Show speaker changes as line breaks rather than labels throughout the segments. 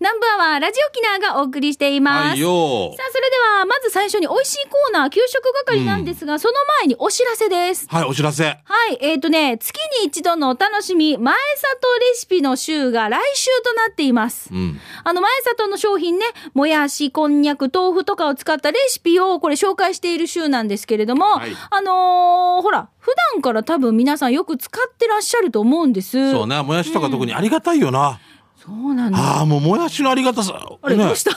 ナンバーはラジオキナーがお送りしています。
はいよ
さあ、それでは、まず最初に美味しいコーナー、給食係なんですが、その前にお知らせです。
はい、お知らせ。
はい、えっ、とね、月に一度のお楽しみ、前里レシピの週が来週となっています。
うん。
あの、前里の商品ね、もやし、こんにゃく、豆腐とかを使ったレシピを、これ紹介している週なんですけれども、
はい
あのーほら、普段から多分皆さんよく使ってらっしゃると思うんです。
そうね、もやしとか特にありがたいよな。
そうなんだ。
ああ、もうもやしのありがたさ。
あれ、
ね
どうした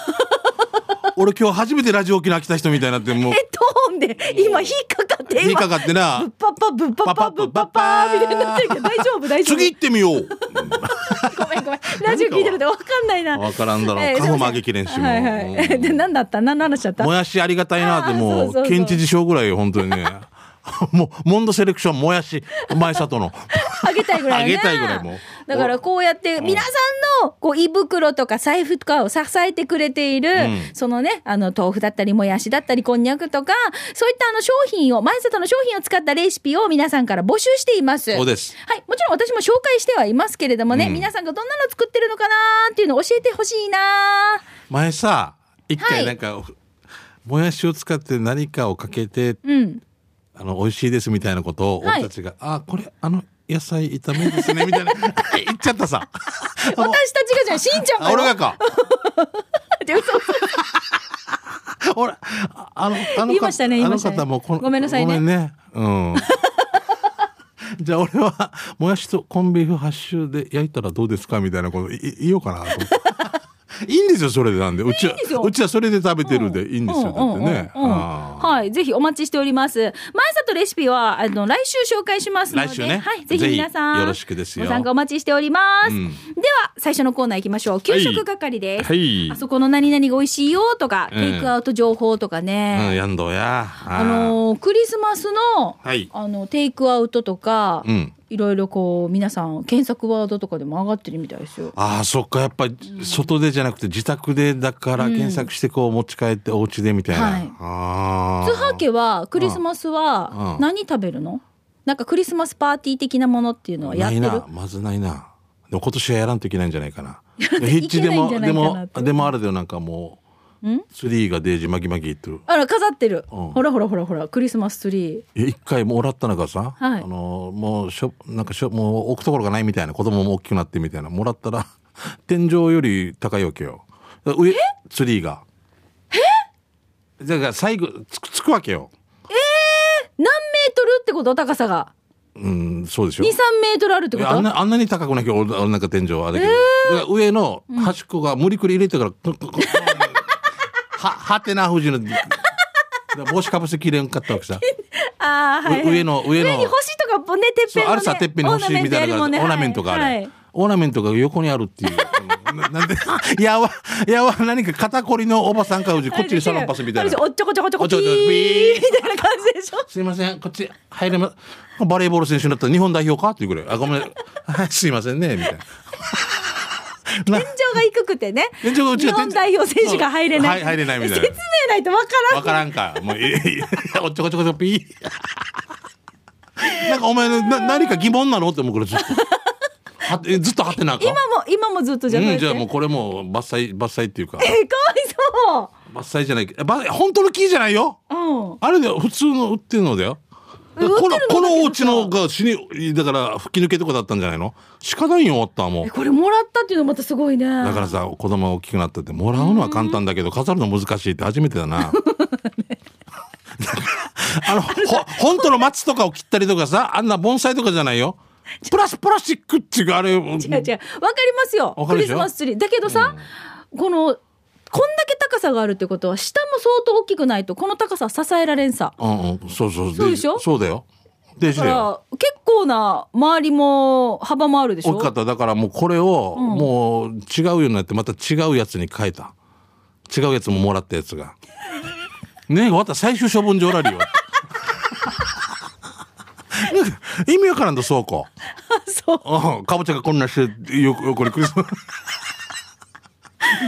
俺今日初めてラジオ沖縄来た人みたいになって、も う
え、、トーンで、今、引っかかって、
引っ
今
か、かってな
ぶっ。ぱっぱ、ぶっぱっぱ、ぶっぱっぱ、みたいになってるけど、大丈夫、大丈夫。
次行ってみよう。
ごめんごめん。ラジオ聞いてるとわかんないな。
わからんだろ う
えー
過去も激練習も
はいはい。
うん
で、何だった何の話だった
もやしありがたいなって、
あー
も
そうそう
う、
そう
県知事賞ぐらいよ、本当 にね。もう、モンドセレクション、もやし、前里の。
あげたいぐらいな。
あげたいぐらいもう
だからこうやって皆さんのこう胃袋とか財布とかを支えてくれている、そのね、あの豆腐だったりもやしだったりこんにゃくとか、そういったあの商品を、前里の商品を使ったレシピを皆さんから募集しています。
そうです。
はい。もちろん私も紹介してはいますけれどもね、皆さんがどんなの作ってるのかなーっていうのを教えてほしいなー。
前さ、一
はい
回なんか、もやしを使って何かをかけて、
うん。
あの、美味しいですみたいなことを、
はい
俺たちが、あ、これ、あの、野菜炒めですね、みたいな、 言っちゃっ たさ。
私たちがじゃあ、しんちゃん
あ、俺がか。
って嘘嘘
俺、ああの、あの
言いましたね言い
あ
ま
の
したね
方もこの、
ごめんなさいね
ごめんね。うん。 じゃあ俺は、もやしとコンビーフハッシュで焼いたらどうですかみたいなこといい言おうかなと 思って。いいんですよ、それでなんで。うちは、
ですよ
うちはそれで食べてるでいいんですよ、だってね。
うんうんうんうん
あー
はい、ぜひお待ちしております。前里レシピはあの来週紹介しますので、
来週ね
はい、ぜひ皆さん
ぜひよろしくですよ
ご参加お待ちしております。
うん
では最初のコーナー行きましょう。給食係です。
はい
あ。そこの何々が美味しいよとか、
うん
テイクアウト情報とか
うん、
ね。
やんどや。
あのークリスマスの、
ーはい。
あのテイクアウトとか、
うん。
いろいろこう皆さん検索ワードとかでも上がってるみたいですよ。
ああ、そっか、やっぱり、外でじゃなくて自宅で、だから検索してこう持ち帰ってお家でみたいな。
はい
ああ。
津波家はクリスマスは
うん
何食べるの？なんかクリスマスパーティー的なものっていうのはやっ
な
てる？
いなまずないなでも今年はやらんといけないんじゃないかな
と いけ
で
ないん
も
じゃない
で
かな
も
って
でもあれだよなんかもうんツリーがデージマギマギ言ってる
あら、飾ってる。
うん
ほらほらほらほら、クリスマスツリ
いや一回もらったのがさ、
はい
あのもうしょなんかしょもう置くところがないみたいな子供も大きくなってみたいなもらったら 天井より高いわけよ上ツリーがえだから最後つくつくわけよ
ー。何メートルってこと高さが。
うんそうでしょ
2、3メートルあるって
い
こ
やあん
と
なあんなに高くなきゃ俺俺なんか天井はあれだけど、だから上の端っこが無理くり入れてから、こここははてな富士のだから帽子かぶせきれんかったわけさ、
ああ、はい、は
う
い。
上の上の
上に星とか、ね、てっ
そ
ぺんの、
う
ね。
あるさてっぺんに星みたいなのがあるオーナメントがある、
はいはい
オーナメントが横にあるっていう。ななんでやわやわ何か肩こりのおばさんかうじこっちにサロンパスみたい
あ
な
れおっちょこちょこちょこちょ
おっ
こ
ちょこちょこ
ピーみたいな感じでしょ
すいません、こっち入れま、バレーボール選手になったら日本代表かっていうぐらい。あ、ごめん、はいすいませんね、みたいな。な
天井が低くてね。
天井がうち
日
は天
本
井
代表選手が入れない。
はい入れないみたいな
説明ないとわから
わ
ん。
からんか。もう、いいいい おっちょこちょこちょピー。 なんかお前のな、何か疑問なのって思うからずっと。はえずっとはってなあかん。
今も、今もずっとじゃない
うん、
て
じゃあもうこれもう伐採、伐採っていうか、
え、かわ
伐採じゃない、えば本当の木じゃないよ。
いそう。うん。
あれだよ、普通の売ってるのだよ。
売ってるの
この
だけ、ど
このお家のが死に、だから吹き抜けとかだったんじゃないの鹿団員終わったわもう
え、。これもらったっていうのまたすごいね。
だからさ子供が大きくなったってもらうのは簡単だけど飾るの難しいって初めてだ な。あのほ本当の松とかを切ったりとかさあんな盆栽とかじゃないよ。プラスプラスチックっていうかあれ
違う違う、わかりますよ。
わか
クリ
るでし
ス
ょ
マスツリー。だけどさ、この、こんだけ高さがあるってことは、下も相当大きくないと、この高さは支えられんさ。
うんうんそうそう
そうでしょ
そうだよ。でし
だ
だ
か
よ。
ら、結構な、周りも、幅もあるでしょ
大きかっただからもうこれをもう違うようになってまた違うやつに変えた。違うやつももらったやつが。ねえまた最終処分場ラリーよ。 なんか意味わからんと倉庫。
そう。
うん、かぼちゃがこんなして、よ、横にクリスマス。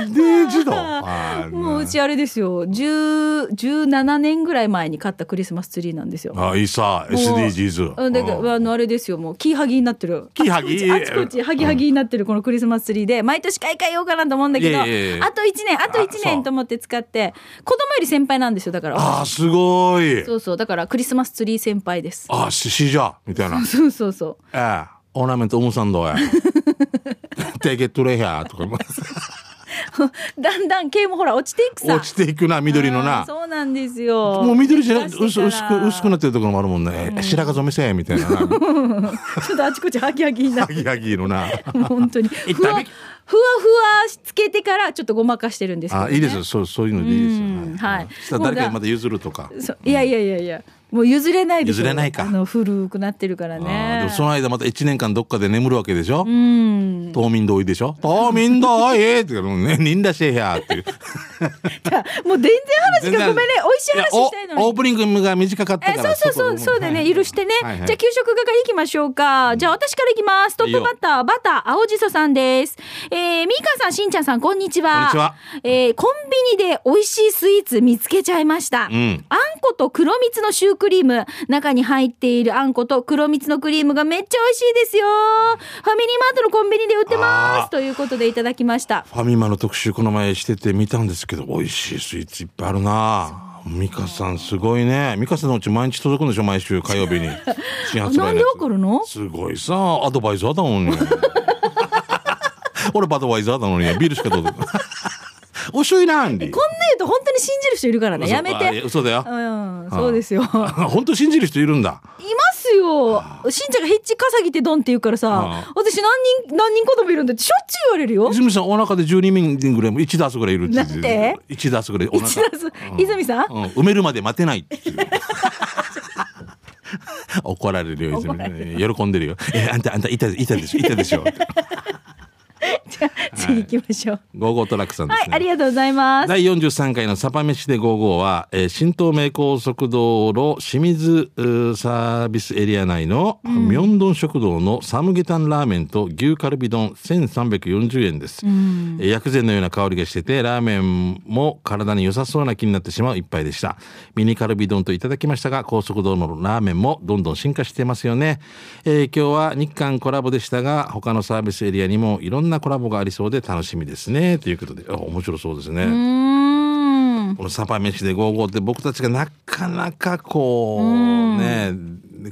デジだ。はい
もううちあれですよ10 17年ぐらい前に買ったクリスマスツリーなんですよ。
あ、いいさ、
もう
SDGs。
うんで
うん
あのあれですよもうキーハギになってる
キーハギ
あちこちあちこちハギハギになってるこのクリスマスツリーで毎年買い替えようかなと思うんだけど
い
あ
やいやいやいや
と1年あと1
あそ
年
う
と思って使って子供より先輩なんですよだから
あー、すごい。
そうそうだからクリスマスツリー先輩です
あー、ししじゃ、みたい な。
そうそうそう
ええ、オーナメント、おむさんど うや。テゲットレヒャーとか、
だんだん毛もほら落ちていくさ
落ちていくな、緑の
あー
な。
そうなんですよ
もう緑じゃな
出
く
して
薄
から
薄く薄くなってるところもあるもんね、え白髪染めせえみ たいなな
ちょっとあちこちハギハギになっ
ハ
て
ギハギのな
もう本 当に
一
ふわふわふ
旦
わしつけてからちょっとごまかしてるんですけど、
あ
ね、
いいですよそうそういうのでいいですよ、
うんはい
そしたら誰かにまた譲るとか
そういやいやいやいやもう譲れないでしょ
譲れないか
あの古くなってるから
あーで
ね
もその間また1年間どっかで眠るわけでしょ、
うん
島民同意でしょ島民同意って言うからね、忍だしえやっ ていう。
じゃあ もう全然話がごめんね美味しい話したいの
やおオ
に
ープニングが短かっ
え
たか
そう
ら。
そうそうそうだね
こ
許してね、
はいはい
じゃあ給食係行きましょうかじゃあ私から行きますトップバッターバター青じそさんですえー、みーかんさんしんちゃんさんこんにちは
こんにちは
えーコンビニで美味しいスイーツ見つけちゃいました、
うん。
あんこと黒蜜のシュークリーム。中に入っているあんこと黒蜜のクリームがめっちゃ美味しいですよ。ファミリーマートのコンビニで売ってま
あ
す。
ー
ということでいただきました。
ファミマの特集この前してて見たんですけど、美味しいスイーツいっぱいあるなミカさんすごいね。ミカさんのうち毎日届くんでしょ毎週火曜日 に。新
あ
発売のやつ
なんでわかるの
すごいさ、アドバイザーだもんね。俺バドバイザーなのにビールしかどうぞ。おしょいなんで。
こんな言うと本当に信じる人いるからね。
嘘
やめ
あい
て。
嘘だよ。
うん、そうですよ。いま
本当信じる人いるんだ。
すよ。しんちゃんがヒッチ稼ぎってドンって言うからさ
あ、
私何人、何人子供いるんだってしょっちゅう言われるよ。
泉さんお腹で12人ぐらいも1ダースぐらいいるって言って
なんて
?1 ダースぐらいお 腹
一打数泉さん
うん、埋めるまで待てないっていう 怒られるよ
怒ら
泉喜んでるよ「えあんたあんたいたいたでしょいた でしょ」
じゃあ次行きましょう。
ゴーゴートラックさんで
は
す
い、
ね、
ありがとうございます。
第43回の「サパ飯で55」は、えー新東名高速道路清水うーサービスエリア内の明洞食堂のサムゲタンラーメンと牛カルビ丼1340円です、えー薬膳のような香りがしててラーメンも体に良さそうな気になってしまう一杯でしたミニカルビ丼といただきましたが高速道路のラーメンもどんどん進化してますよね、えー今日は日韓コラボでしたが他のサービスエリアにもいろんなコラボがありそうで楽しみですねということであ面白そうですね、
うーん。
このサパ飯で55って僕たちがなかなかこう、ね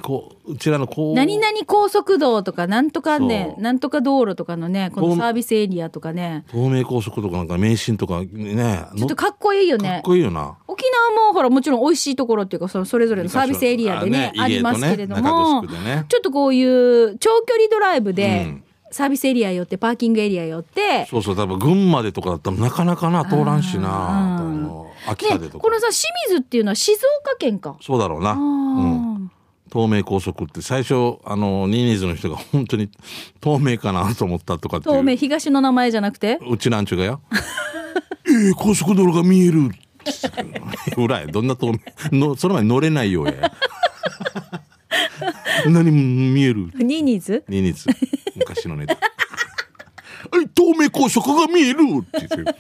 こううちらのこう
何々高速道とかなんとかね
そう
なんとか道路とかのねこのサービスエリアとかね
東名高速とかなんか名神とかね
ちょっとかっこいいよ
かっ
ね
こいいよな。
沖縄もほらもちろん美味しいところっていうかそのそれぞれのサービスエリアでねあ
あね
りますけれども、
入江とね中城でね
ちょっとこういう長距離ドライブで、
うん
サービスエリア寄ってパーキングエリア寄って
そうそう、多分群馬でとかだったらなかなかな、通らんし
あ
な。
ー
あの秋田
ね
でとか
こ。のさ清水っていうのは静岡県か。
そうだろうな。うん。東名高速って最初、あの、ニーニーズの人が本当に透明かなと思ったとかっていう。
東名東の名前じゃなくて
うちなんちゅうがよ。 ええ高速道路が見える。裏へ、どんな透明、の、その前に乗れないよう や。何も見える。
ニーニーズ
ニーニーズ。昔のネ タ。え透明高速が見えるって言って。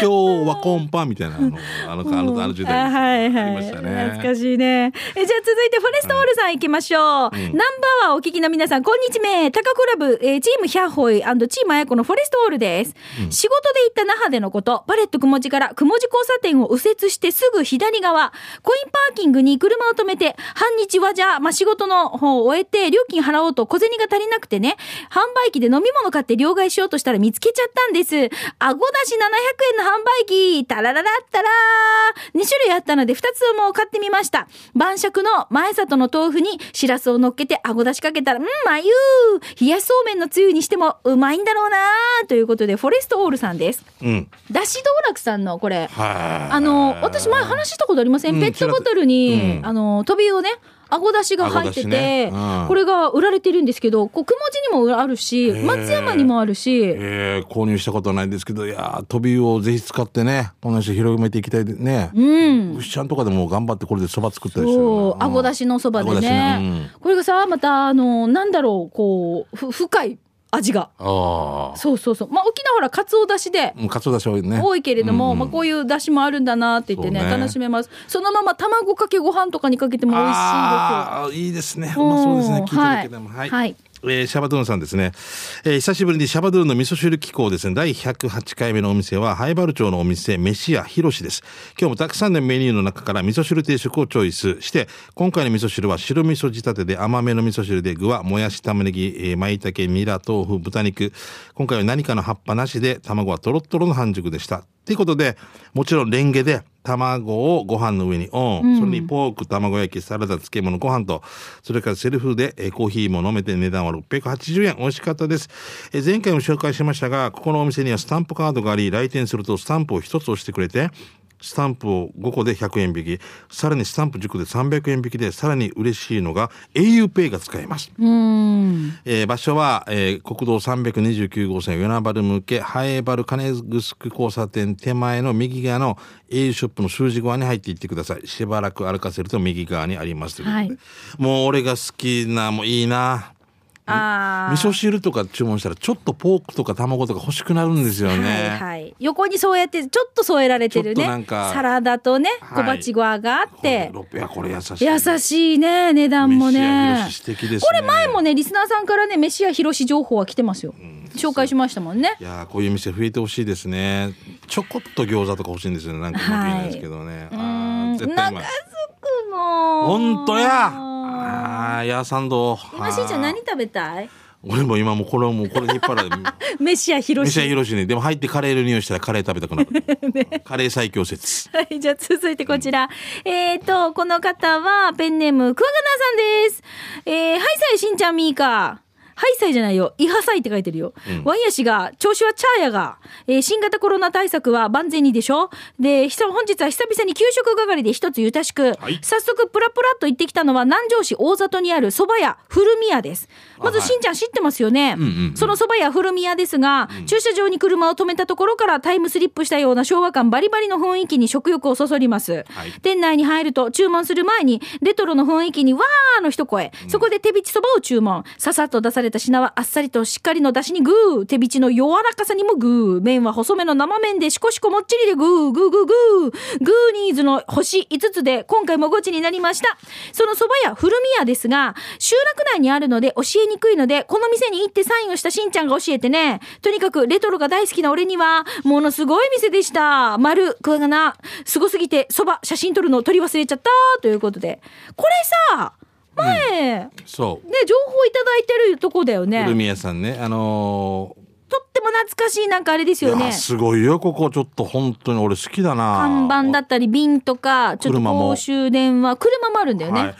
今日はコンパみたいなあのあのあのあの時代
あはいはい
ありましたね。
懐かしいねえじゃあ続いてフォレストオールさん行きましょう、ナンバーワンお聞きの皆さんこんにちはタカコラブ、えーチームヒャッホイチームあやこのフォレストオールです、仕事で行った那覇でのことパレットくもじからくもじ交差点を右折してすぐ左側コインパーキングに車を止めて半日はじゃあ、まあ、仕事の方を終えて料金払おうと小銭が足りなくてね販売機で飲み物買って両替しようとしたら見つけちゃったんですあごだし700円の販売機タラララッタラー2種類あったので2つとも買ってみました晩酌の前里の豆腐にしらすを乗っけてあごだしかけたらうんまゆー冷やしそうめんのつゆにしてもうまいんだろうなーということでフォレストオールさんです
うん。
だし道楽さんのこれ
はい。
あの私前話したことありません、
うん
ペットボトルに、
うん
あのトビウオねあごだしが入ってて、
あごだしねうん
これが売られてるんですけどこう雲地にもあるし
ー
松山にもあるし
えー購入したことはないんですけど、いやー、トビウオをぜひ使ってね、この人広めていきたいでね。
うん
牛ちゃんとかでも頑張ってこれでそば作ったりしてる
そ
よ
うあごだしのそばで
あごだし
ね、
ね
これがさまたあのなんだろうこうふ深い味が。
ああ
そうそうそう。まあ、沖縄ほら、かつおだしで。
うんかつおだし多いね
多いけれども、
うんうん
まあ、こういう出汁もあるんだなって言ってね
そうね
楽しめますそのまま卵かけご飯とかにかけても美味しいですよ
あーいいですね。うまそうですね。聞いてるだけでも。
うん
はい。
はい
えーシャバドゥンさんですね、えー久しぶりにシャバドゥンの味噌汁機構ですね。第108回目のお店は、ハイバル町のお店、飯屋ひろしです。今日もたくさんのメニューの中から味噌汁定食をチョイスして、今回の味噌汁は白味噌仕立てで甘めの味噌汁で具はもやし、玉ねぎ、えー、舞茸、ニラ、豆腐、豚肉。今回は何かの葉っぱなしで、卵はトロットロの半熟でした。ということで、もちろんレンゲで、卵をご飯の上にオン、それにポーク卵焼きサラダ漬物ご飯とそれからセルフでえーコーヒーも飲めて値段は680円美味しかったですえー前回も紹介しましたがここのお店にはスタンプカードがあり来店するとスタンプを1つ押してくれてスタンプを5個で100円引きさらにスタンプ10個で300円引きでさらに嬉しいのが auPay が使えます
うん
えー場所は、えー国道329号線与那原向けハエバル金城交差点手前の右側の au ショップの数字側に入っていってくださいしばらく歩かせると右側にありますということで、
はい
もう俺が好きなもういいな
あ
味噌汁とか注文したらちょっとポークとか卵とか欲しくなるんですよ
ー
ね、
はいはい、横にそうやってちょっと添えられてる
ちょ
ね
っとなんか
サラダとね
は
小
い
鉢ごわがあって、
これいやこれ優しい
優しいね値段も
飯屋
ね
広し素敵ですね
これ前もねリスナーさんからね飯屋広し情報は来てますよ、紹介しましたもんね
いやーこういう店増えてほしいですねちょこっと餃子とか欲しいんですよねなんかうまく言えないですけどね、
う
あ
ん長
ー絶
す
対うまい
くの
本当やあーやーサンド
今しんちゃん何
あー
食べたい
俺も今もうこれもうこれ引っ張られ
飯屋広
飯
し
屋広しにでも入ってカレーの匂いしたらカレー食べたく なる、カレー最強説
はい、じゃあ続いてこちら。えっ、と、この方はペンネーム、クワガナーさんです。えー、ハイサイしんちゃんみーか。ハイサイじゃないよ。イハサイって書いてるよ。ワイヤ氏が、調子はチャーヤが、えー新型コロナ対策は万全にでしょで、ひさ本日は久々に給食係で一つゆたしく、
はい
早速プラプラっと行ってきたのは南城市大里にある蕎麦屋古宮です。まず
あはい
しんちゃん知ってますよね。その蕎麦屋古宮ですが、駐車場に車を止めたところからタイムスリップしたような昭和感バリバリの雰囲気に食欲をそそります、
はい
店内に入ると注文する前にレトロの雰囲気にわーの一声、そこで手びちそばを注文ささっと出された品はあっさりとしっかりの出汁にグー手びちの柔らかさにもグー麺は細めの生麺でしこしこもっちりでグーグーグーグーグーニーズの星5つで今回もごちになりましたその蕎麦屋古宮ですが集落内にあるので教えにくいのでこの店に行ってサインをしたしんちゃんが教えてねとにかくレトロが大好きな俺にはものすごい店でした丸クワガナすごすぎてそば写真撮るの撮り忘れちゃったということでこれさ前、ね
そう
情報いただいてるとこだよ
古
ね
宮さんねあの
とっても懐かしいなんかあれです
ー
よ
いや
ね
すごいよここちょっと本当に俺好きだな
看板だったり瓶とかちょっと
車も
公衆電話車もあるんだよね、
はい、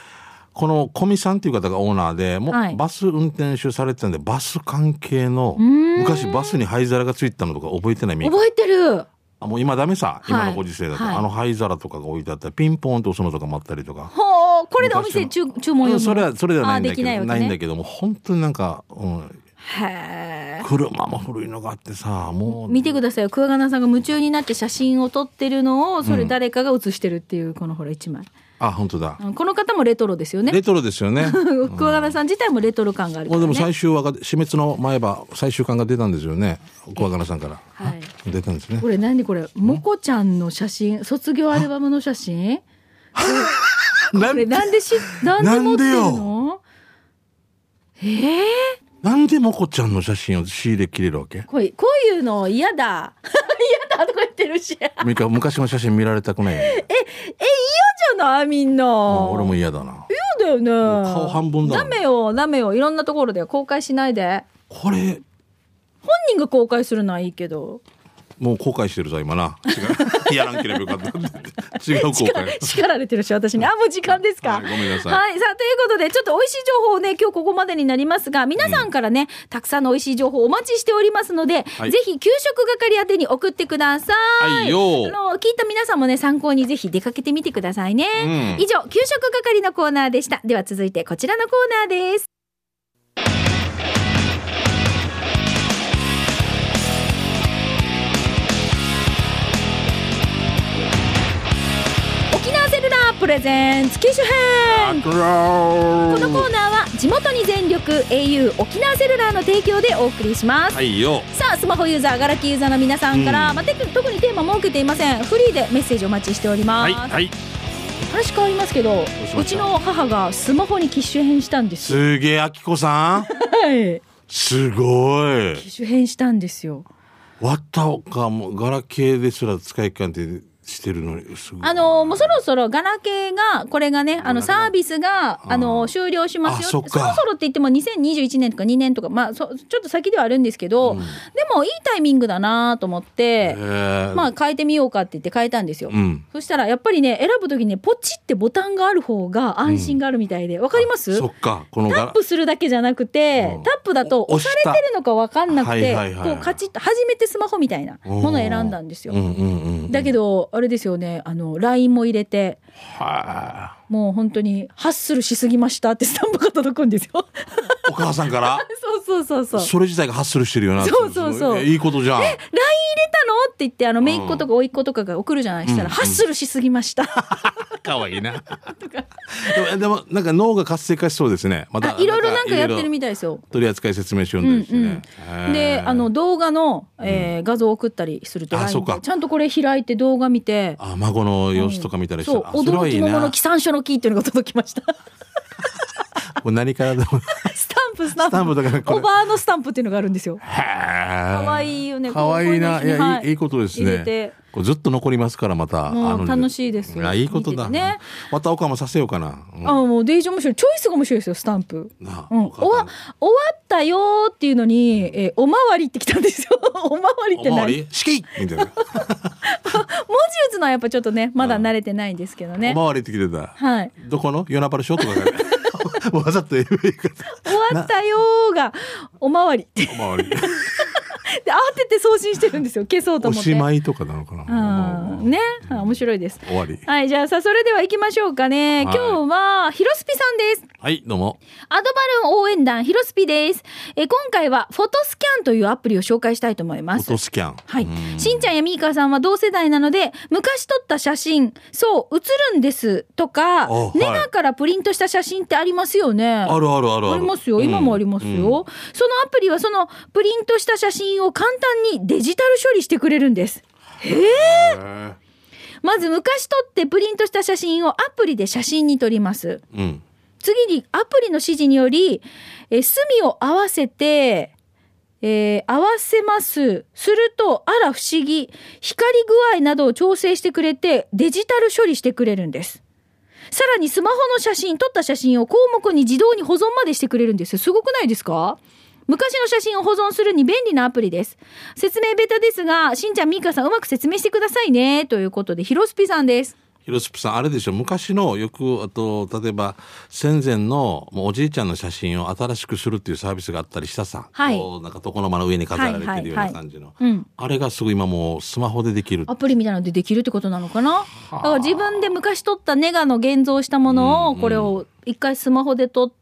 この古見さんっていう方がオーナーでもう
はい
バス運転手されてたんでバス関係の
ん
昔バスに灰皿がついてたのとか覚えてないみんな
覚えてる
あもう今ダメさ、
い
今のご時世だと、
はい
あの灰皿とかが置いてあったらピンポーンと押すのとかもあったりとか。
ほうこれでお店注注文読
うん
む
それはそれではないんだ
あーで
けど
きないわけね
んだけども本当になんか、うん、
へー
車も古いのがあってさもう
見てくださいよ桑名さんが夢中になって写真を撮ってるのをそれ誰かが写してるっていうこのほら一枚、
あ本当だ、
うんこの方もレトロですよね
レトロですよ ね
桑名さん自体もレトロ感があるか
もう
ら、
で
ね、
も最終話が死滅の前歯最終巻が出たんですよね小若菜さんから、
はい
あ出たんですね
これ何これもこちゃんの写真卒業アルバムの写真
な
これなんでし なんで持ってるのええ
なんでもこちゃんの写真を仕入れ切れるわけ
ー、こういこういうの嫌だ 嫌だとか言ってるしえ
みか昔の写真見られたくないよね、
え嫌じゃないみんな
うん俺も嫌だな
そうだよね。
顔半分だも
ダ
ん
メよ、ダメよ。いろんなところで公開しないで。
これ
本人が公開するのはいいけど。
もう後悔してるぞ今な違う やらんければよか った違う後
叱ら
悔
叱られてるし、私に。あ、もう時間ですか。
はいごめんなさい
はい。さあ、ということで、ちょっと美味しい情報をね、今日ここまでになりますが、皆さんからね、たくさんの美味しい情報をお待ちしておりますので、
はい
ぜひ、給食係宛てに送ってください。
はいよ
あの、聞いた皆さんもね、参考にぜひ出かけてみてくださいね。
うん
以上、給食係のコーナーでした。では続いて、こちらのコーナーです。沖縄セルラーププレゼンツ機種編
この
このコーナーは地元に全力 au 沖縄セルラーの提供でお送りします、
はいよ
さあスマホユーザーガラキーユーザーの皆さんから、
うん
まあ、て特にテーマ設けていませんフリーでメッセージお待ちしておりま
は
す、
いはい
話変わりますけど
しました
うちの母がスマホに機種変したんですよ
すげえあきこさん
はい
すごい
機種変したんですよ
割ったおかもガラケーですら使い感ってしてるのにすごい
あのもうそろそろガラケーがこれがねあのサービスがあの終了しますよ
あそっか
ろそろって言っても2021年とか2年とかまあそちょっと先ではあるんですけど、でもいいタイミングだなと思って、
えー
まあ変えてみようかって言って変えたんですよ、
うん
そしたらやっぱりね選ぶ時にねポチってボタンがある方が安心があるみたいでわかります、
そっかこの
タ
ガ
ッ
ラ
プするだけじゃなくて、
うん
タップだと押
押
さ
した
れてるのかわかんなくて、
はいはいはい
こうカチッと初めてスマホみたいなものを選んだんですよ、
うんうんうんうん
だけどあれですよねあの LINE も入れて
は
もう本当にハッスルしすぎましたってスタンプが届くんですよ
いお母さんから
そうそうそう そう LINE 入
それ自体がハッスルしてるよなって
そうそうそう
いやいいこ とじゃん
れたのって言ってあの
ん
姪っ子とか甥っ子とかが送るじゃないしたら、
うん
ハッスルしすぎました
かわいいなでもでもなんか脳が活性化しそうですねまた
あいろいろなんかやってるみ
た
たい
い
ですよ
取扱説明書読んだりしてね、へー
であの動画の、えー画像を送ったりすると
あ
LINE
そうか
でちゃんとこれ開いて動画見て
あ孫の様子とか見たりして、
そう
あそれは
驚
い
き
い
のも
な
の起算書のキーっていうのが届きました
もう何からでも
スタンプスタンプ
スタンプだからこれ
おばあのスタンプっていうのがあるんですよ
か
可愛いよね
かわい
こ
いな。
う
い
いうの
や、
はい
いいいいことです
入れて
ね。こうずっと残りますから、また。
うん
あの
楽しいです
い
よ
や、いいことだ。
見ててね
またおかもさせようかな。うん
あもうデイジ面白いチョイスが面白いですよスタンプ。
なあ
うん、
お母
終わ
さん
終わったよーっていうのに、えーおまわりってきたんですよ おまわりって
おまわ
何文字
り、しきみたいな。
打つのはやっぱちょっとねまだ慣れてないんですけどね
おまわりって来てた。
はい
どこの、夜なばるショー とかが。わざと言う言い方。
終わったよーがおまわりってで
おまわり。
慌てて送信してるんですよ消そうと
お
思って
しまいとかなのかな。
うんね、はい面白いです
終わり。
はいじゃあさあそれでは行きましょうかね、
は
今
い
日はヒロスピさんです
はい、どうも。
アドバルーン応援団ヒロスピですえー今回はフォトスキャンというアプリを紹介したいと思います
音スキャン。
はい
うん。
しんちゃんやみーかさんは同世代なので、昔撮った写真、そう、写るんですとか、
おはい
ネガからプリントした写真ってありますよね。
あるあるある
ありますよ。今もありますよ。
うん
そのアプリはそのプリントした写真を簡単にデジタル処理してくれるんです。
へー
まず昔撮ってプリントした写真をアプリで写真に撮ります。
うん。
次にアプリの指示により、えー隅を合わせて、えー合わせます。すると、あら不思議。光具合などを調整してくれて、デジタル処理してくれるんです。さらにスマホの写真、撮った写真を項目に自動に保存までしてくれるんですよ。すごくないですか昔の写真を保存するに便利なアプリです。説明ベタですが、しんちゃん、みーかさん、うまく説明してくださいね。ということで、ヒロスピさんです。
ヒロスプさん、あれでしょ、昔のよく、あと、例えば、戦前のもうおじいちゃんの写真を新しくするっていうサービスがあったりしたさ。
はい
こうなんか床の間の上に飾られてるよう
はいはいは
ない感じの。
うん。
あれがすごい今もうスマホでできる。
アプリみたいなのでできるってことなのかなだから自分で昔撮ったネガの現像したものをこれを一回スマホで撮って、
うん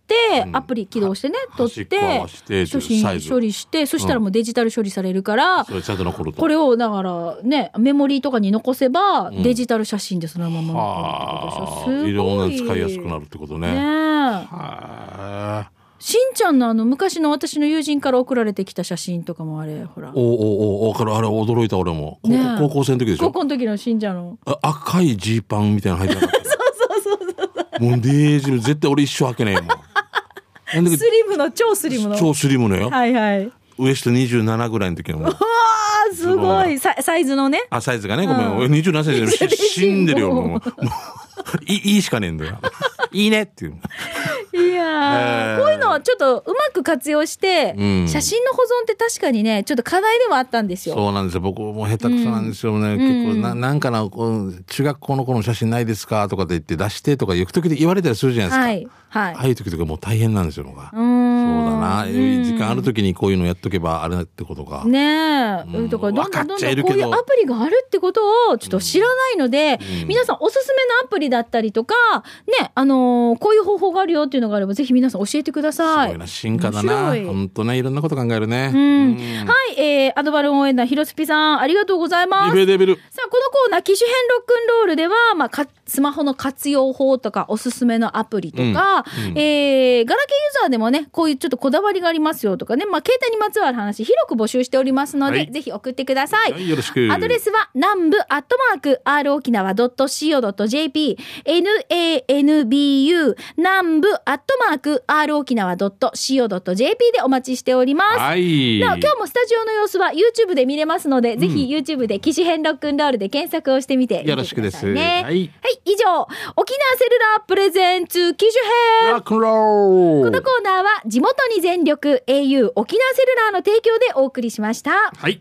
アプリ起動してね撮っ
端っこ合
て
わせて
写
サイ
真
ズ
処理してそしたらもうデジタル処理されるから、
それちゃんと残ると。
これをだからねメモリーとかに残せば
ん
デジタル写真でそのまま残るってことでしょ
はあ、いろんな
すごい
使いやすくなるってことね。
ねえ
はあ。
しんちゃんのあの昔の私の友人から送られてきた写真とかもあれほら
おおおお、わかる、あれ驚いた俺も。高校,、
ねえ
高校生の時でし
高
ょ。
校の時のしんちゃんの
あ赤いジーパンみたいなの履いてなかった。そうそうそうそう。もうデージル絶対俺一生履けねえもん。なんだけ
ス
ど
リムの超スリムの
超スリムのよ。
はいはい
ウエスト27ぐらいの時のもう。
あーすごいサイサイズのね
あ、サイズがね、ごめん。
うん
俺27歳じ
全
ゃ
然
し 死んでるよ、
もう
もう。もういいいいしかねえんだよ。いいねっていう。
いや
ね
ー
え
こういうのをちょっとうまく活用して、
うん
写真の保存って確かにねちょっと課題ではあったんですよ。
そうなんですよ。僕も下手くそなんですよね。結構な、なんかな、こう中学校の頃の写真ないですかとかって言って出してとか、行く時で言われたりするじゃないですか。
はいはい。
ああいう時とかもう大変なんですよ、のが。
うー
そうんだな。時間ある時にこういうのやっとけばあれだってことか。
ねえ、
うん
だからどんどんど
分かっ
ん
ちゃい
どん
る
こ
け
うい
ど
うアプリがあるってことをちょっと知らないので、
うん
皆さんおすすめのアプリだったりとかねあのーこういう方法があるよっていうのがあればぜひ皆さん教えてくだ
す
さ
ご
い。
いな、進化だな。
面白い
本当ね、いろんなこと考えるね。
うん
うん
はい、い、えー、アドバルーン応援団ひろすぴさん、ありがとうございます。
ベデビル。
さあ、このコーナー、機種編ロックンロールでは、まあ、かスマホの活用法とか、おすすめのアプリとか、えーガラケーユーザーでもね、こういうちょっとこだわりがありますよとかね、まあ、携帯にまつわる話、広く募集しておりますので、
はい
ぜひ送ってください。
はいよろしく
アドレスは、南部アットマーク、r 沖縄 .co.jp、nanbu、南部アットマーク、r 沖縄 .co.jp でお待ちしております。
はい。
なお今日もスタジオの様子は YouTube で見れますので、ぜひ YouTube で機種編ロックンロールで検索をしてみてみて
よろしくです
くださいね
は
はいい、以上沖縄セルラープレゼンツ機種編
ロックンロ
こ
ー
の
ル
コ。ーナーは地元に全力 au 沖縄セルラーの提供でお送りしましたさあ
はい。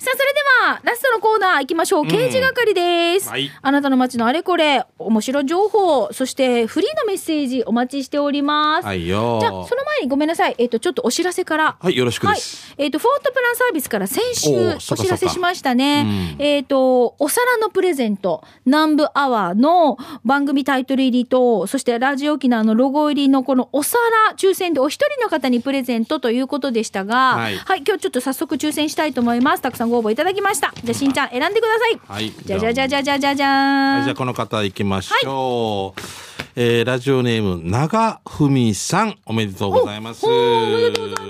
それではラストのコーナー行きましょう刑事係です、
はい
あなたの街のあれこれ面白情報そしてフリーのメッセージお待ちしております、
はいよ。
じゃあその前にごめんなさいえっ、とちょっとお知らせから
はい、よろしく
は
で
い
す。、
えっ、と、フォートプランサービスから先週
おー
お
そっか
知ら
そっ
せ
か
しましたね。
うん
えっ、と、お皿のプレゼント、南部アワーの番組タイトル入りと、そしてラジオ沖縄のロゴ入りのこのお皿、抽選でお一人の方にプレゼントということでしたが、は、
はいい
今日ちょっと早速抽選したいと思います。たくさんご応募いただきました。じゃあ、しんちゃん選んでください。
はい
じゃじゃじゃじゃじゃじゃじゃ
はいじゃあこの方行きましょう。えーラジオネーム、長文さん、おめでとうございます。
おおめでとうござい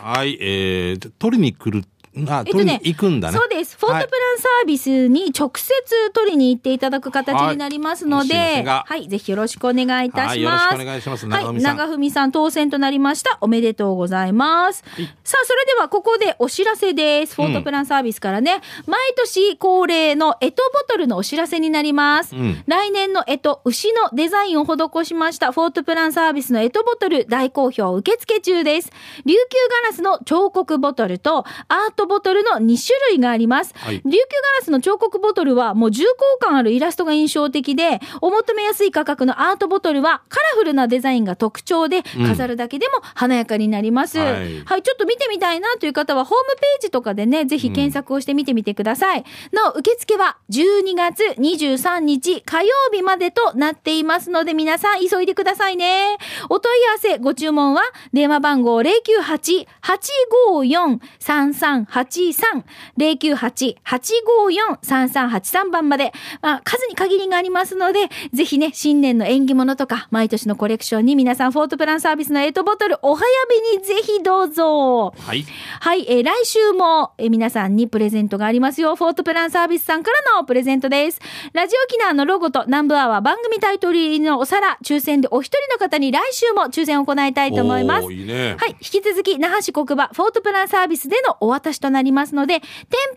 はい、えー、取りに来る、あ、
えっ
取
と
りに
ね
行くんだね。
そうです。フォートプランサービスに直接取りに行っていただく形になりますので、
はい
は
申し
い、
訳が
ぜひよろしくお願いいた
は
し
いよろ
ます。
しくお願いします
は
長
い、
文さん
長文さん当選となりました。おめでとうございます。さあ、それではここでお知らせです。フォートプランサービスからね、毎年恒例のエトボトルのお知らせになります。
うん
来年の干支牛のデザインを施しましたフォートプランサービスの干支ボトル大好評受付中です。琉球ガラスの彫刻ボトルとアートボトルの2種類があります。
はい
琉球ガラスの彫刻ボトルはもう重厚感あるイラストが印象的で、お求めやすい価格のアートボトルはカラフルなデザインが特徴で、飾るだけでも華やかになります。
は
はいい、ちょっと見てみたいなという方はホームページとかでね、ぜひ検索をしてみてみてください。なお、受付は12月23日火曜日までとなっていますので、皆さん急いでくださいね。お問い合わせ、ご注文は電話番号098-854-3383、098-854-3383番まで、まあ、数に限りがありますので、ぜひね、新年の縁起物とか、毎年のコレクションに皆さん、フォートプランサービスのエイトボトル、お早めにぜひどうぞ。
はい。
はい、えー来週も、えー皆さんにプレゼントがありますよ。フォートプランサービスさんからのプレゼントです。ラジオ沖縄のロゴと南部アワー番組タイトル入りのお皿、抽選でお一人の方に来週も抽選を行いたいと思います
おー。いいね。
はい。引き続き、那覇市国場、フォートプランサービスでのお渡しとなりますので、店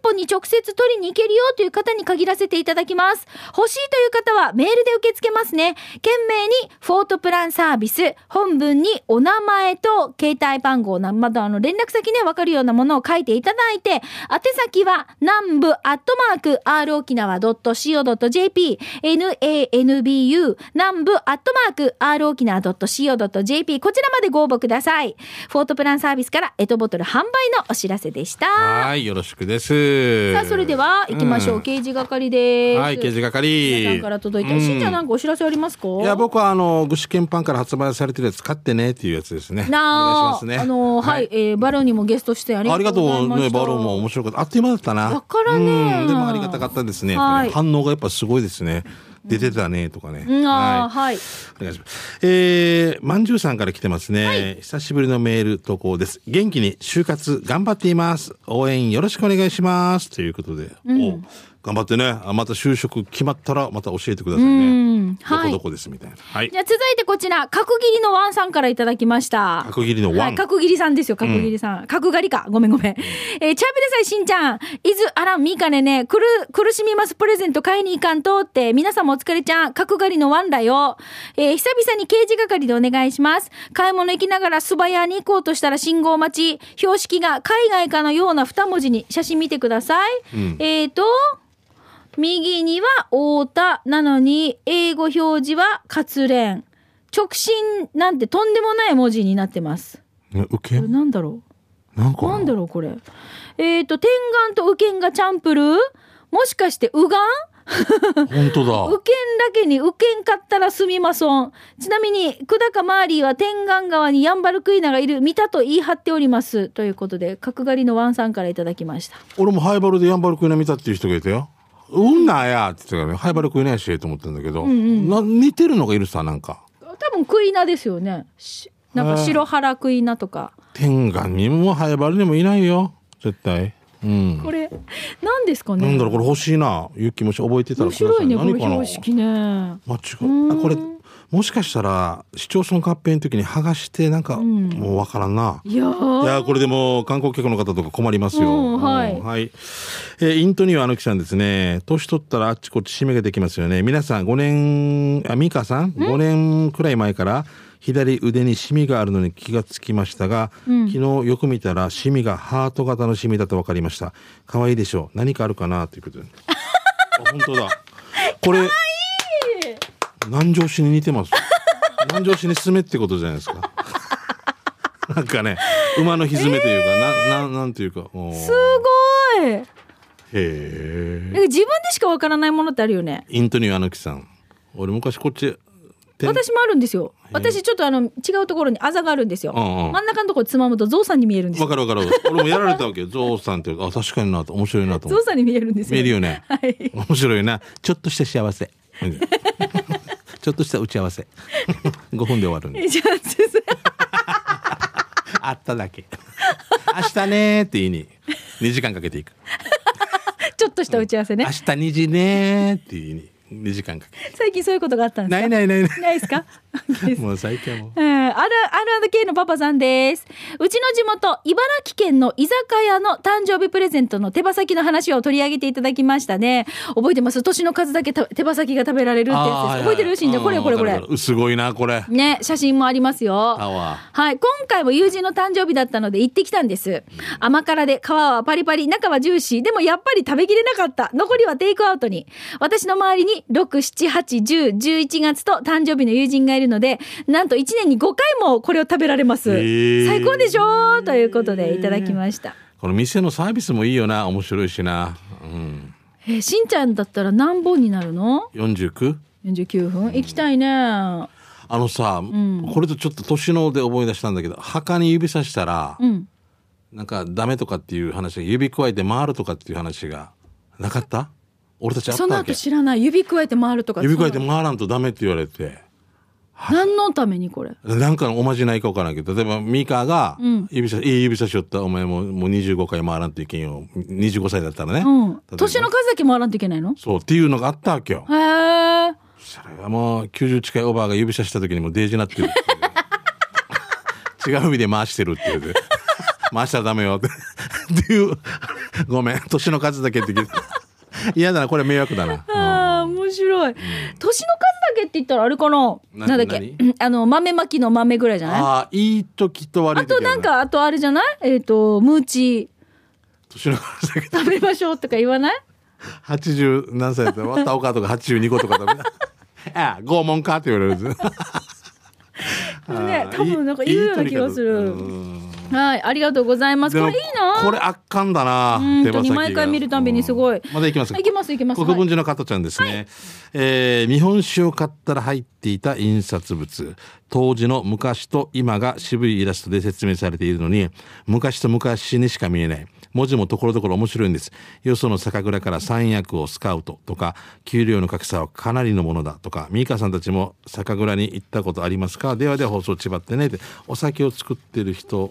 舗に直接取りに行けるよという方に限らせていただきます。欲しいという方はメールで受け付けますね。懸命に、フォートプランサービス、本文にお名前と携帯番号な、まだあの、連絡先ね、わかるようなものを書いていただいて、宛先は、南部アットマーク、r 沖縄 .co.jp、nanbu、南部アットマーク、r 沖縄 .co.jp、こちらまでご応募ください。フォートプランサービスから、エトボトル販売のお知らせでした。
はい、よろしくです。
さあ、それでは、行きましょう。
ん
刑事係です。
はい、刑事
皆さ
係。
んから届いた。しんちゃんなんかお知らせありますか
いや、僕はあの、具志堅パンから発売されてるやつ買ってねっていうやつですね。
な
お願いしま
あ、
すね。
あの、はい、えーバロンにもゲスト出演あり
あり
が
が
と
と
うございうました。
ね、バロンも面白かった。あっという間だったな。
わからねえ
うんでもありがたかったですね。やっぱ
はい
り反応がやっぱすごいですね。出てたね、とかね。
うん、あー
は
は
い。
い。
お願いします。えー、まんじゅうさんから来てますね。久しぶりのメール投稿です。元気に就活頑張っています。応援よろしくお願いします。ということで。お頑張ってね。あまた就職決まったらまた教えてくださいね。
はい
どこどこですみたいな。はい
じ。ゃあ続いてこちら、角切りのワンさんからいただきました。
角切りのワン
はい、角切りさんですよ、角切りさん。角刈りか。ごめんごめん。えー、チャーブでさいしんちゃん、いずあらんみかねね、くる、苦しみますプレゼント買いに行かんとって、皆さんもお疲れちゃん、角刈りのワンらよ。えー、久々に刑事係でお願いします。買い物行きながら素早に行こうとしたら信号待ち、標識が海外かのような二文字に写真見てください。えーと、右には太田なのに英語表示は活連直進なんてとんでもない文字になってます
ね受け
これなんだろ
なん
う
か。
なんだろうこれえっ、と天眼と右眼がチャンプルーもしかして右眼
本当
受
だ。
けんだけに受けんかったらすみまそん。ちなみに、久高マーリーは天眼川にヤンバルクイナがいる、見たと言い張っております。ということで、角刈りのワンさんからいただきました。
俺もハイバルでヤンバルクイナ見たっていう人がいたよ。うんなやって言ってたからね、ハイバルクイナやしと思ったんだけど、な似てるのがいるさ、なんか。
多分クイナですよね。しなんか白原クイナとか。
天眼にもハイバルにもいないよ、絶対。うん。
これ、何ですかね。
なんだろう、これ欲しいな。ゆきもし覚えてたら
面
ください。
白いね、こ
何
の
かな
標識ね。
間違うあこれもしかしたら市町村合併の時に剥がしてなんか、もうわからんない
やー
いやーこれでもう観光客の方とか困りますよ、
うんはい
うんえーイントニオあのきさんですね年取ったらあっちこっち締めができますよね皆さん5年あミカさん5年くらい前から左腕にシミがあるのに気がつきましたが、昨日よく見たらシミがハート型のシミだと分かりました可愛いでしょう何かあるかなということであ本当だこれ南城市に似 てます南城市に住めってことじゃないですかなんかね馬のひずめというか、なななんていうかおー
すごい。
へえ
なんか自分でしかわからないものってあるよね。
イントニオアヌキさん俺昔こっちてん
私もあるんですよ。私ちょっとあの違うところにあざがあるんですよ。
うんうん
真ん中のところつまむとゾウさんに見えるんです
わ
よ。
かるわかる俺もやられたわけよゾウさんってあ確かになと面白いなと
ゾウ
思って
さんに見えるんですよ。
見えるよね
はい。
面白いなちょっとした幸 せちょっとした打ち合わせ5分で終わるんで
えじゃあ 先生
あっただけ明日ねーって言いに2時間かけていく
ちょっとした打ち合わせね
明。日2時ねーって言いに2時間かけて
最近そういうことがあったんですか。
ないないないな
ないですか。
いもう最近はもう
うん、ある、あるある K のパパさんです。うちの地元、茨城県の居酒屋の誕生日プレゼントの手羽先の話を取り上げていただきましたね。覚えてます年の数だけた手羽先が食べられるってやつです。
あーはいはい
覚えてるしんちゃん、これよこれこ
う
れ
んわかるわ。かるすごいなこれ
ね、写真もありますよ。
あわ
はい、今回も友人の誕生日だったので行ってきたんです。甘辛で皮はパリパリ、中はジューシー、でもやっぱり食べきれなかった。残りはテイクアウトに。私の周りに6、7、8、10、11月と誕生日の友人がいるので、なんと1年に5回もこれを食べられます。
へー
最高でしょーということでいただきました。
この店のサービスもいいよな面白いしなうん
えーしんちゃんだったら何本になるの
49?
?49 分行きたいね。
あのさ、これとちょっと年ので思い出したんだけど墓に指さしたら、
うん。
なんかダメとかっていう話が指くわえて回るとかっていう話がなかった俺たちあった
その
わけ
後知らない。指くわえて回るとか。
指くわえて回らんとダメって言われて
何のためにこれ。
なんかのおまじないかわからんけど例えばミカが
うん
指さ、いい指さしよったお前ももう25回回らんといけんよ25歳だったらね、
うん
例え。ば
年の数だけ回らんといけないの
そうっていうのがあったわけよ
へえ。
そしたらもう90近いオーバーが指さした時にもうデージなってるっていう 違う意味で回してるっていう ね回したらダメよって っていうごめん年の数だけって聞い て嫌だなこれ迷惑だな、
ああ、面白い。年の数だけって言ったらあれかな
な
なんだっけ
何
うんあの、豆まきの豆ぐらいじゃないあ
ああいい時と悪い時
と
ある
なんか、あとあれじゃないえっ、と、ムーチ
年の数だけ
食べましょうとか言わない
80何歳だったら「わったおか」とか82個とかだ ああ拷問か」って言われるんです
ね多分なんか言うような気がする
いい取り方うん
はい、ありがとうございます。
で
こ
も
れいいな
これ圧巻だな
うん
手
本
羽先が
当に毎回見るたびにすごい
うんまだいきます
いきますいきます
国分寺の加トちゃんですね、えー日本酒を買ったら入っていた印刷物当時の昔と今が渋いイラストで説明されているのに昔と昔にしか見えない文字もところどころ面白いんですよその酒蔵から三役をスカウトとか給料の格差はかなりのものだとかミカさんたちも酒蔵に行ったことありますかではでは放送ちばってねってお酒を作ってる人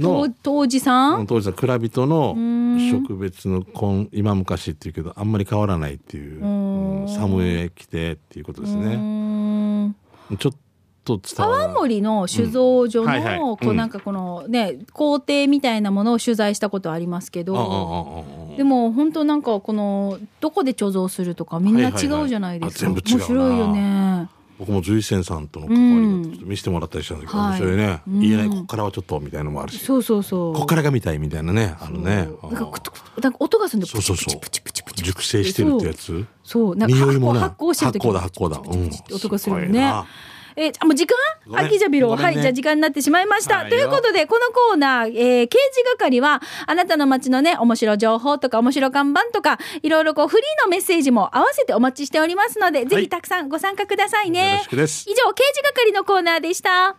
の
と当時さ
うん
ん
当時は蔵人の植別の今今昔っていうけどあんまり変わらないっていう、うん、寒い来てっていうことです
う
ね
ーん
ちょっと伝わら
泡
ない
盛の酒造所
うんはいはい
の、こ
う
う、
ん
なんかこのね、工程みたいなものを取材したことありますけ
うん
ど、
うんうんうん
でも本当なんかこのどこで貯蔵するとかみんな
はいはい
違
はいう
じゃないですか、
あ全部違うな
面白いよね
僕も瑞泉さんとの関わりがちょっと見せてもらったりしたんだけど、
うん
面白いね、
はい
言えな
う
い
ん
こっからはちょっとみたいなのもあるし
そうそうそう
こっからがみたいみたいなねあのね
そうなんか
うん
くつくつなんか音がするんで
そうそうそう
プチプチプチプチプチ
熟成してるってやつ
そうなんか
匂いもね
発酵発酵してる時
発酵だ発酵だうん
プチプチプチって音がするよ
ごい
ね
な
えー、あもう時間
ごめん
秋じゃびろ、
ごめん
は
ね
い、じゃあ時間になってしまいました。
はいよ
ということで、このコーナー、えー刑事係は、あなたの街のね、面白情報とか、面白看板とか、いろいろこう、フリーのメッセージも合わせてお待ちしておりますので、ぜひたくさんご参加くださいね。
よろしくです
以上、刑事係のコーナーでした。